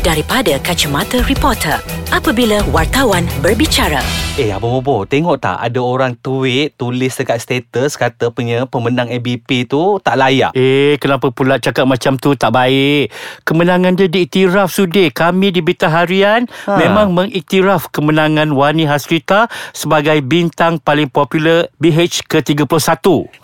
daripada kacamata reporter apabila wartawan berbicara. Eh, Abobo, tengok tak ada orang tweet tulis dekat status kata punya pemenang ABP tu tak layak. Eh, kenapa pula cakap macam tu tak baik? Kemenangan dia diiktiraf sudi. Kami di Berita Harian ha. memang mengiktiraf kemenangan Wani Hasrita sebagai bintang paling popular BH ke-31.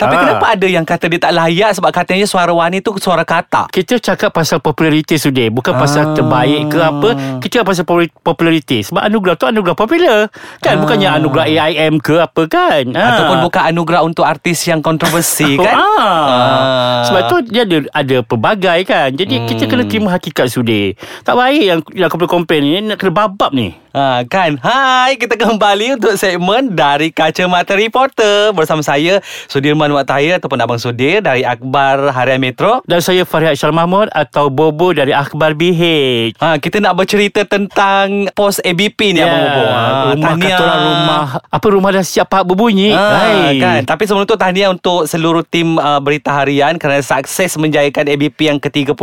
Tapi ha. kenapa ada yang kata dia tak layak sebab katanya suara Wani tu suara katak? Kita cakap pasal populariti sudi, bukan pasal Ah. terbaik ke apa. Kita cakap pasal popul- populariti. Sebab anugerah tu anugerah popular. Kan bukannya anugerah AIM ke apa kan. Ha. Ah. Ataupun bukan anugerah untuk artis yang kontroversi kan? Ah. Ah. Sebab tu dia ada ada pelbagai kan. Jadi hmm. kita kena terima hakikat sudi. Tak baik yang yang kau boleh komplain ni nak kena babab ni. Ha, kan? Hai, kita kembali untuk segmen dari Kacamata Reporter bersama saya Sudirman Waktaya ataupun Abang Sudir dari Akbar Harian Metro. Dan saya Farihat Syar Mahmud atau Bobo dari Akhbar BH. Ha, kita nak bercerita tentang pos ABP ni yeah. Abang Bobo. Ha, Ya, rumah kata orang rumah apa rumah dah siap pak berbunyi. Ha, Hai. kan. Tapi sebelum tu tahniah untuk seluruh tim uh, Berita Harian kerana sukses menjayakan ABP yang ke-31.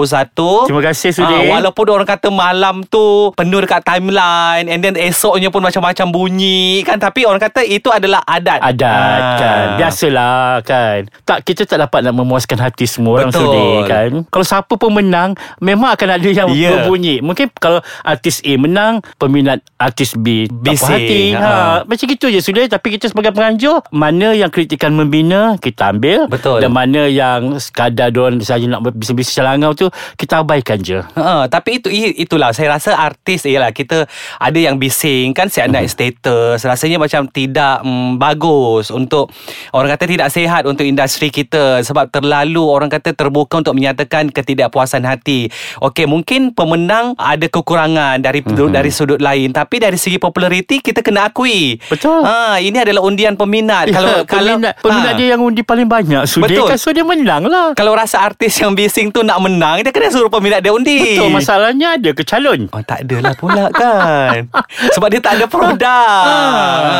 Terima kasih, Sudir. Ha, walaupun orang kata malam tu penuh dekat timeline and then esoknya pun macam-macam bunyi kan tapi orang kata itu adalah adat. Adat Ah. kan Biasalah kan Tak kita tak dapat nak memuaskan hati semua orang Betul. Sudir kan Kalau siapa pun menang Memang akan ada yang Ya. yeah. berbunyi Mungkin kalau artis A menang Peminat artis B Tak Bising. puas hati Ha. ha. Macam gitu je Sudir Tapi kita sebagai penganjur Mana yang kritikan membina Kita ambil Betul. Dan mana yang sekadar Diorang saja nak bising-bising selangau tu Kita abaikan je Ha, tapi itu i- itulah saya rasa artis ialah kita ada yang bising kan siap naik Mm-hmm. status rasanya macam tidak mm, bagus untuk orang kata tidak sehat untuk industri kita sebab terlalu orang kata terbuka untuk menyatakan ketidakpuasan hati. Okey mungkin pemenang ada kekurangan dari Mm-hmm. dari sudut lain tapi dari segi populariti kita kena akui. Betul. Ha ini adalah undian peminat. Eh, Ya, kalau kalau peminat, peminat ha. dia yang undi paling banyak Sudir Betul. kan So dia menang lah kalau rasa artis yang bising tu nak menang dia kena suruh peminat dia undi. Betul masalahnya ada ke calon Oh, tak adalah pula kan Sebab dia tak ada produk ha,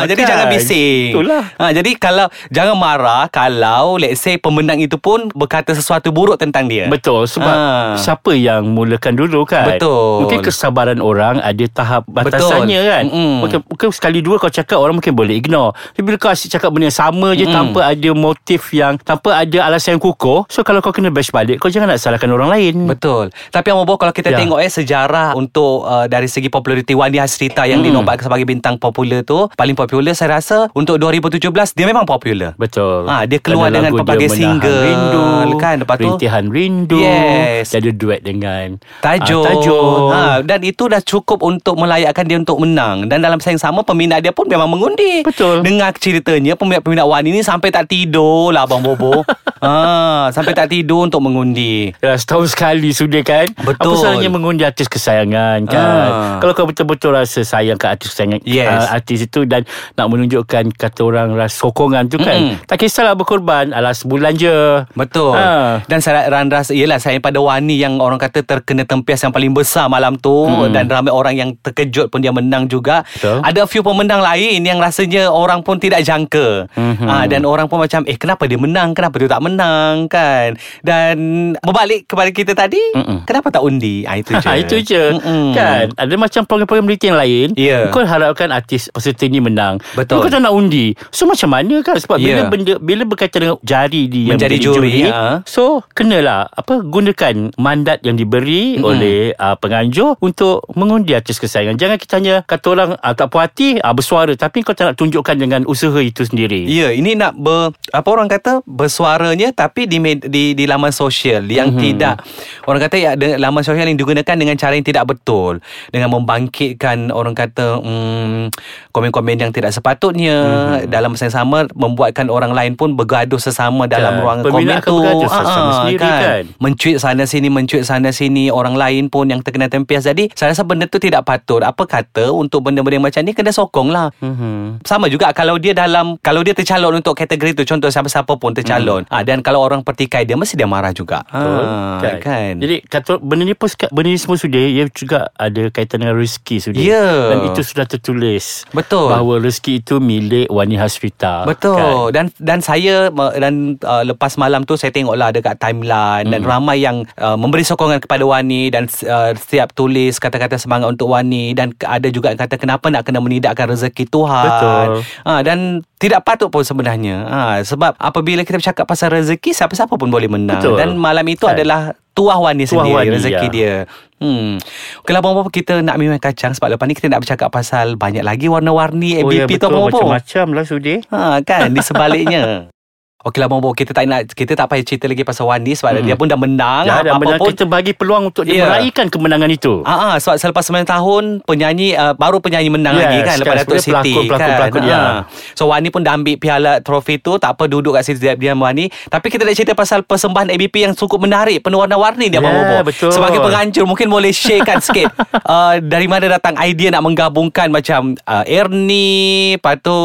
Ah, Jadi kan. jangan bising Itulah. ha, Jadi kalau Jangan marah Kalau let's say Pemenang itu pun Berkata sesuatu buruk tentang dia Betul sebab Ah. ha. siapa yang mulakan dulu kan. Betul. Mungkin kesabaran orang ada tahap batasannya Betul. kan. Mm-mm. Mungkin, mungkin sekali dua kau cakap orang mungkin boleh ignore. Tapi bila kau asyik cakap benda yang sama je tanpa ada motif yang tanpa ada alasan yang kukuh. So kalau kau kena bash balik kau jangan nak salahkan orang lain. Betul Tapi Abang Bob Kalau kita Hmm. Ya. tengok eh Sejarah untuk uh, Dari segi populariti Wani Hasrita Yang Hmm. dinobatkan sebagai bintang popular tu Paling popular Saya rasa Untuk 2017 Dia memang popular Betul. Ah, dia keluar Kerana dengan lagu dia pelbagai Menahan single, rindu, kan? Lepas tu- Rintihan rindu. Yes. Dia ada duet dengan Tajuk. ah, Tajuk. Ha, dan itu dah cukup untuk melayakkan dia untuk menang. Dan dalam masa yang sama, peminat dia pun memang mengundi. Betul. Dengar ceritanya, peminat-peminat Wan ini sampai tak tidur lah Abang Bobo. ha, sampai tak tidur untuk mengundi. Ya, setahun sekali sudah kan Betul. Apa salahnya mengundi artis kesayangan kan Ah. Kalau kau betul-betul rasa sayang ke artis kesayangan Yes. ah, Artis itu dan nak menunjukkan kata orang rasa sokongan tu kan Mm-mm. Tak kisahlah berkorban Alah sebulan je Betul Ah. Dan saya randas Yelah saya pada Wani Yang orang kata terkena tempias Yang paling besar malam tu Dan ramai orang yang terkejut pun Dia menang juga Hmm. Betul. Ada few pemenang lain Yang rasanya orang pun tidak jangka Hmm. mm-hmm. ha, Dan orang pun macam Eh kenapa dia menang Kenapa dia tak menang kan Dan Berbalik kepada kita tadi Mm-mm. Kenapa tak undi ha, Itu je Ha, itu je Mm-mm. Kan Ada macam program-program berita yang lain Ya. Kau harapkan artis peserta ni menang Betul. Tapi Kau tak nak undi So macam mana kan Sebab Ya. bila benda Bila berkaitan dengan jari dia yang Menjadi menjadi juri, ha. So kenalah apa Gunakan mandat yang diberi Oleh uh, penganjur Untuk mengundi artis kesayangan Jangan kita hanya Kata orang uh, tak puas hati uh, Bersuara Tapi kau tak nak tunjukkan Dengan usaha itu sendiri Ya, ini nak ber apa orang kata bersuaranya tapi di med- di, di laman sosial Mhm. yang mm-hmm. tidak orang kata ya de, laman sosial yang digunakan dengan cara yang tidak betul dengan membangkitkan orang kata mm, komen-komen yang tidak sepatutnya Mhm. mm-hmm. dalam masa yang sama membuatkan orang lain pun bergaduh sesama dalam Kan. ruang komen Peminat akan tu. bergaduh Ah, sesama sendiri, kan? mencuit sana sini mencuit sana sini orang lain pun yang terkena tempias jadi saya rasa benda tu tidak patut apa kata untuk benda-benda yang macam ni kena sokong lah hmm. Mm-hmm. sama juga kalau dia dalam kalau dia tercalon untuk kategori tu contoh siapa-siapa pun tercalon hmm. ha, dan kalau orang pertikai dia mesti dia marah juga Ah, Betul, kan Jadi kata benda ni pun seka- benda ni semua sudah ya, ia juga ada kaitan dengan rezeki sudah. Ya. Dan itu sudah tertulis. Betul. Bahawa rezeki itu milik Wani Kan? Hasrita. Betul dan dan saya uh, dan uh, lepas Hmm. malam tu saya tengoklah dekat timeline dan ramai yang uh, memberi sokongan kepada Wani dan uh, setiap tulis kata-kata semangat untuk Wani dan ke- ada juga yang kata kenapa nak kena menidakkan rezeki Tuhan. Betul. Ha, dan tidak patut pun sebenarnya. Ha, sebab apabila kita bercakap pasal rezeki siapa-siapa pun boleh menang Betul. dan malam itu Kan. adalah tuah Wani Tuah sendiri Wani, rezeki ya. dia. Hmm. Kalau apa kita nak memang kacang sebab lepas ni kita nak bercakap pasal banyak lagi warna-warni ya, ABP tu betul. apa-apa. Macam-macam lah Sudi. Ha kan di sebaliknya. Okey lah Bobo kita tak nak kita tak payah cerita lagi pasal Wani sebab Hmm. dia pun dah menang Ya, dan apa-apa benar pun. kita bagi peluang untuk dia Ya. meraihkan kemenangan itu. Ah, ah sebab selepas 9 tahun penyanyi uh, baru penyanyi menang Yes, lagi kan lepas kan, Datuk sebenarnya Siti pelakon, pelakon, kan. pelakon, ya. Ah. So Wani pun dah ambil piala trofi tu tak apa duduk kat situ diam-diam Wani. Tapi kita nak cerita pasal persembahan ABP yang cukup menarik penuh warna-warni dia Ya, Abang Bobo. betul. Sebagai pengancur mungkin boleh sharekan sikit uh, dari mana datang idea nak menggabungkan macam uh, Ernie, lepas tu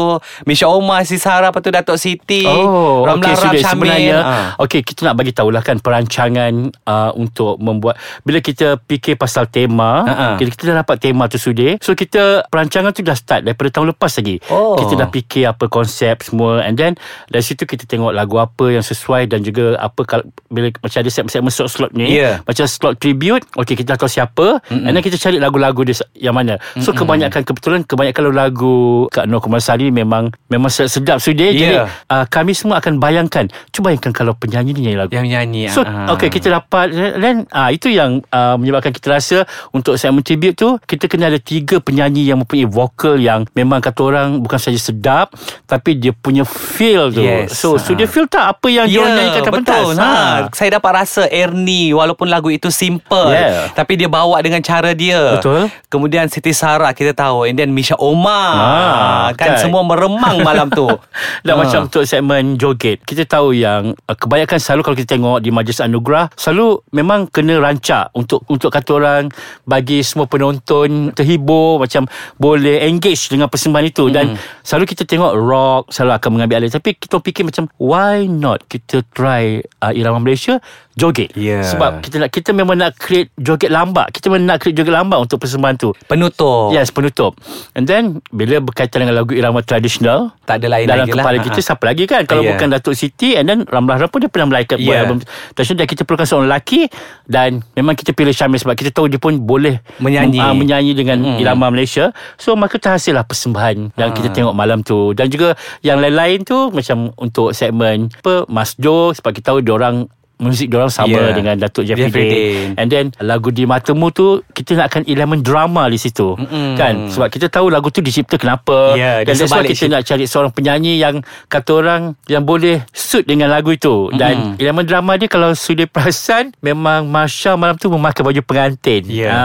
Misha Omar, Sisara, lepas tu Datuk Siti, Oh, Ramlan okey Ram, sudah Syamil. sebenarnya. Ah. Okey, kita nak bagi tahulah kan perancangan uh, untuk membuat bila kita fikir pasal tema, Ha, ha. uh-huh. kita dah dapat tema tu sudah. So kita perancangan tu dah start daripada tahun lepas lagi. Oh. Kita dah fikir apa konsep semua and then dari situ kita tengok lagu apa yang sesuai dan juga apa kalau bila macam ada segmen-segmen slot-slot ni, Ya. macam slot tribute, okey kita tahu siapa mm-hmm. and then kita cari lagu-lagu dia se- yang mana. So kebanyakan kebetulan kebanyakan lagu Kak Nur Kumar Sari memang memang sedap sudah Eh, Jadi Ya. uh, kami semua akan bayangkan. Cuba bayangkan kalau penyanyi ni nyanyi lagu. Yang menyanyi. So ah. okay kita dapat Then ah, Itu yang ah, Menyebabkan kita rasa Untuk segmen tribute tu Kita kena ada tiga penyanyi Yang mempunyai vokal Yang memang kata orang Bukan saja sedap Tapi dia punya feel tu Yes, So, ah. so Ya, dia feel tak Apa yang dia nyanyikan kat pentas Ah. betul. Ha. Saya dapat rasa Ernie walaupun lagu itu simple Yeah. tapi dia bawa dengan cara dia. Ya. Betul. Kemudian Siti Sarah kita tahu and then Misha Omar. Ah, kan kan. semua meremang malam tu. Ah. Dan ha. macam untuk segmen joget Kita tahu yang uh, Kebanyakan selalu kalau kita tengok Di majlis anugerah Selalu memang kena rancak Untuk untuk kata orang Bagi semua penonton Terhibur Macam boleh engage Dengan persembahan itu Dan selalu kita tengok rock Selalu akan mengambil alih Tapi kita fikir macam Why not kita try uh, Irama Malaysia Joget Ya. Sebab kita nak kita memang nak create Joget lambat Kita memang nak create joget lambat Untuk persembahan tu penutup. Yes penutup And then Bila berkaitan dengan lagu Irama tradisional Tak ada lain dalam lagi kepala lah. kita Ha. siapa lagi kan kalau Yeah. bukan Datuk Siti and then Ramlah Rahman pun dia pernah melaikat buat Yeah. album Tasha dan kita perlukan seorang lelaki dan memang kita pilih Syamil sebab kita tahu dia pun boleh Menyanyi. Hmm. mem- ah, menyanyi dengan irama Malaysia so maka terhasillah persembahan Ah. yang kita tengok malam tu dan juga yang lain-lain tu macam untuk segmen apa Mas Jo sebab kita tahu dia orang Muzik diorang sama Yeah. yeah. dengan Datuk Jeffrey, Ya. Jeffrey Day. Day. And then lagu Di Matamu tu Kita nakkan elemen drama di situ Mm-mm. Kan Sebab kita tahu lagu tu dicipta kenapa Yeah, dia Dan that's why sebalik kita nak cari seorang penyanyi yang kata orang yang boleh suit dengan lagu itu dan mm-hmm. elemen drama dia kalau sudah perasan memang Masya malam tu memakai baju pengantin. Ya. Ha.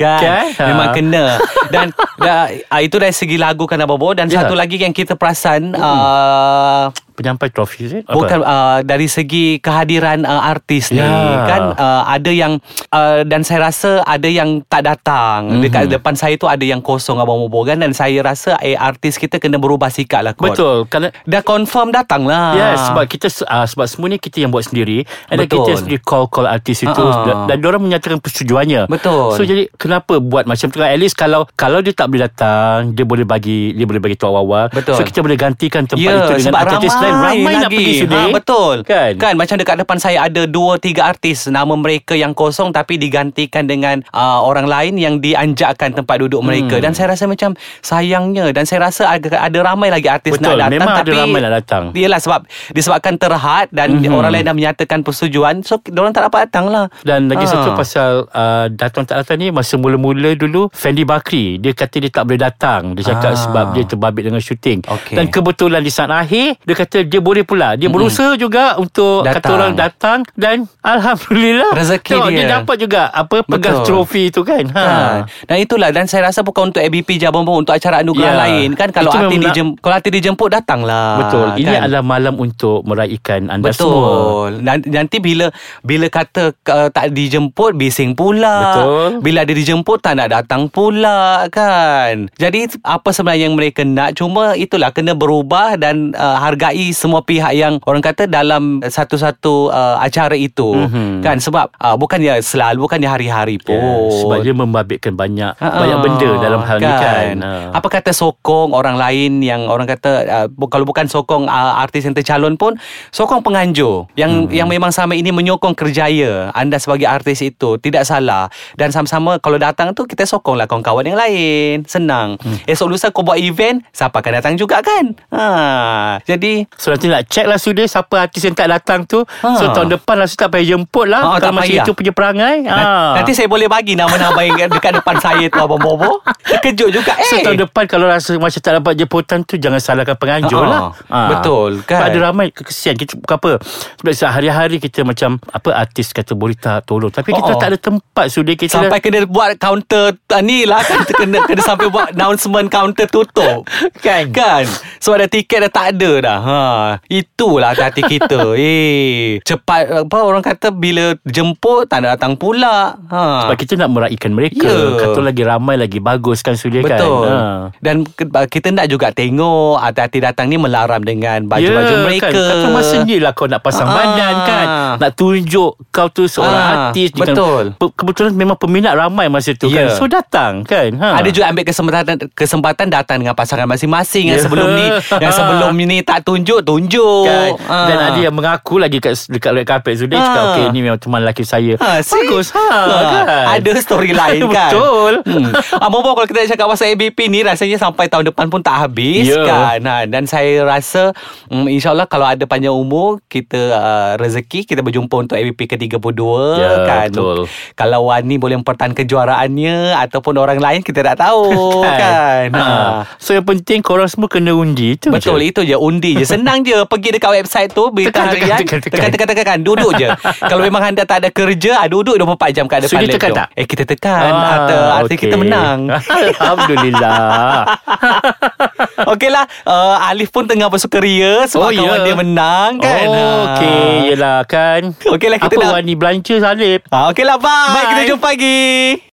Kan? Memang Ha. kena Dan da, ah, Itu dari segi lagu kan Abobo Dan Ya. satu lagi yang kita perasan ah, penyampai trofi is it? Apa? Bukan uh, dari segi kehadiran uh, artis ni Ya. kan uh, ada yang uh, dan saya rasa ada yang tak datang Mhm. mm-hmm. dekat depan saya tu ada yang kosong abang Bobo kan dan saya rasa eh artis kita kena berubah sikap lah kot. Betul. Kerana Dah confirm datang lah. Ya sebab kita uh, sebab semua ni kita yang buat sendiri and then Betul. kita sendiri call call artis itu Ah. dan orang menyatakan persetujuannya. Betul. So jadi kenapa buat macam tu kan at least kalau kalau dia tak boleh datang dia boleh bagi dia boleh bagi tu awal-awal. Betul. So kita boleh gantikan tempat Ya, itu dengan sebab artis ramai, lain ramai lagi. nak pergi sini. Ha, betul. Kan? kan macam dekat depan saya ada dua tiga artis nama mereka yang kosong tapi digantikan dengan uh, orang lain yang dianjakkan tempat duduk Hmm. mereka dan saya rasa macam sayangnya dan saya rasa ada, ada ramai lagi artis Betul, nak datang memang ada tapi ramai nak datang. Hmm. Yalah sebab disebabkan terhad dan mm-hmm. orang lain dah menyatakan persetujuan so orang tak dapat datang lah. Dan lagi Ah. satu pasal uh, datang tak datang ni masa mula-mula dulu Fendi Bakri dia kata dia tak boleh datang. Dia cakap Ah. sebab dia terbabit dengan syuting. Okey. Dan kebetulan di saat akhir dia kata dia boleh pula. Dia berusaha juga untuk Datang. kata orang datang dan alhamdulillah Rezeki tengok, dia. dia dapat juga apa pegang Betul. trofi tu kan. Ha. Ha. Dan itulah dan saya rasa bukan untuk ABP Jabang pun untuk acara anugerah Ya. lain kan kalau Itu hati memang nak- dijem, kalau hati dijemput datanglah. Betul. Ini kan? adalah malam untuk meraihkan anda semua. Betul. Nan- Nanti bila bila kata uh, tak dijemput bising pula. Betul. Bila ada dijemput tak nak datang pula kan. Jadi apa sebenarnya yang mereka nak cuma itulah kena berubah dan uh, hargai menghargai semua pihak yang orang kata dalam satu-satu uh, acara itu Mhm. mm-hmm. kan sebab uh, bukannya selalu bukannya hari-hari pun Oh. Sebab dia membabitkan banyak Ah, banyak benda dalam hal ni kan. Ah. Apa kata sokong orang lain yang orang kata uh, bu- kalau bukan sokong uh, artis yang tercalon pun sokong penganjur yang hmm. yang memang sama ini menyokong kerjaya anda sebagai artis itu tidak salah dan sama-sama kalau datang tu kita sokonglah kawan-kawan yang lain senang. Hmm. Esok lusa kau buat event siapa akan datang juga kan. Ha jadi So nanti nak check lah sudah Siapa artis yang tak datang tu ha. So Ah. tahun depan lah Sudah tak payah jemput lah Ah, tak Kalau masa payah. itu punya perangai ha. ah. nanti saya boleh bagi nama-nama yang dekat depan saya tu abang Bobo. Terkejut juga eh. So tahun depan Kalau rasa macam tak dapat jemputan tu Jangan salahkan penganjur Ah, lah ah. Betul, kan? Sebab ada ramai Kesian kita bukan apa Sebab sehari-hari kita macam Apa artis kata boleh tak tolong Tapi kita Oh. tak ada tempat Sudah kita Sampai kena buat counter ah, Ni lah kan kena, kena sampai buat announcement counter tutup Kan Kan Sebab dah tiket dah tak ada dah ha, Itulah hati-hati kita Eh Cepat apa orang kata Bila jemput tak nak datang pula ha. sebab kita nak meraihkan mereka Ya. Kata lagi ramai lagi Bagus kan sudah kan Betul Ah. Dan ke- kita nak juga tengok Hati-hati datang ni melaram dengan Baju-baju Ya, mereka kan. Kata masa ni lah kau nak pasang Ah. badan kan Nak tunjuk kau tu seorang Ah, artis dengan- betul. Pe- Kebetulan memang peminat ramai masa tu Ya. kan So datang kan ha. Ada juga ambil kesempatan kesempatan datang dengan pasangan masing-masing yang Ya. sebelum ni yang sebelum ni tak tunjuk tunjuk. kan. Ah. Dan ada yang mengaku lagi kat, dekat red carpet Sudah Ah. cakap okay ni memang teman lelaki saya Ha, see? Bagus ha, kan? Ada story lain kan Betul hmm. Abang Bob kalau kita nak cakap pasal ABP ni Rasanya sampai tahun depan pun tak habis Ya. kan ha, Dan saya rasa um, InsyaAllah kalau ada panjang umur Kita uh, rezeki Kita berjumpa untuk ABP ke-32 Ya, kan betul. Kalau Wani boleh mempertahankan kejuaraannya Ataupun orang lain kita tak tahu kan, Ha. So yang penting korang semua kena undi tu Betul je. itu je Undi je Senang je Pergi dekat website tu Berita Tekan, tekan, harian tekan, tekan. tekan Duduk je Kalau memang anda tak ada kerja ah, Duduk 24 jam kat depan So, dia tekan laptop. tak? Eh kita tekan ah, Arti okey. kita menang Alhamdulillah Okey lah uh, Alif pun tengah bersukaria Sebab oh, Oh, ya. kawan dia menang kan Oh Ah. okey Yelah kan Okey lah, kita Apa dah- Wani belanja salib ah, Okey lah bye. bye Bye. Kita jumpa lagi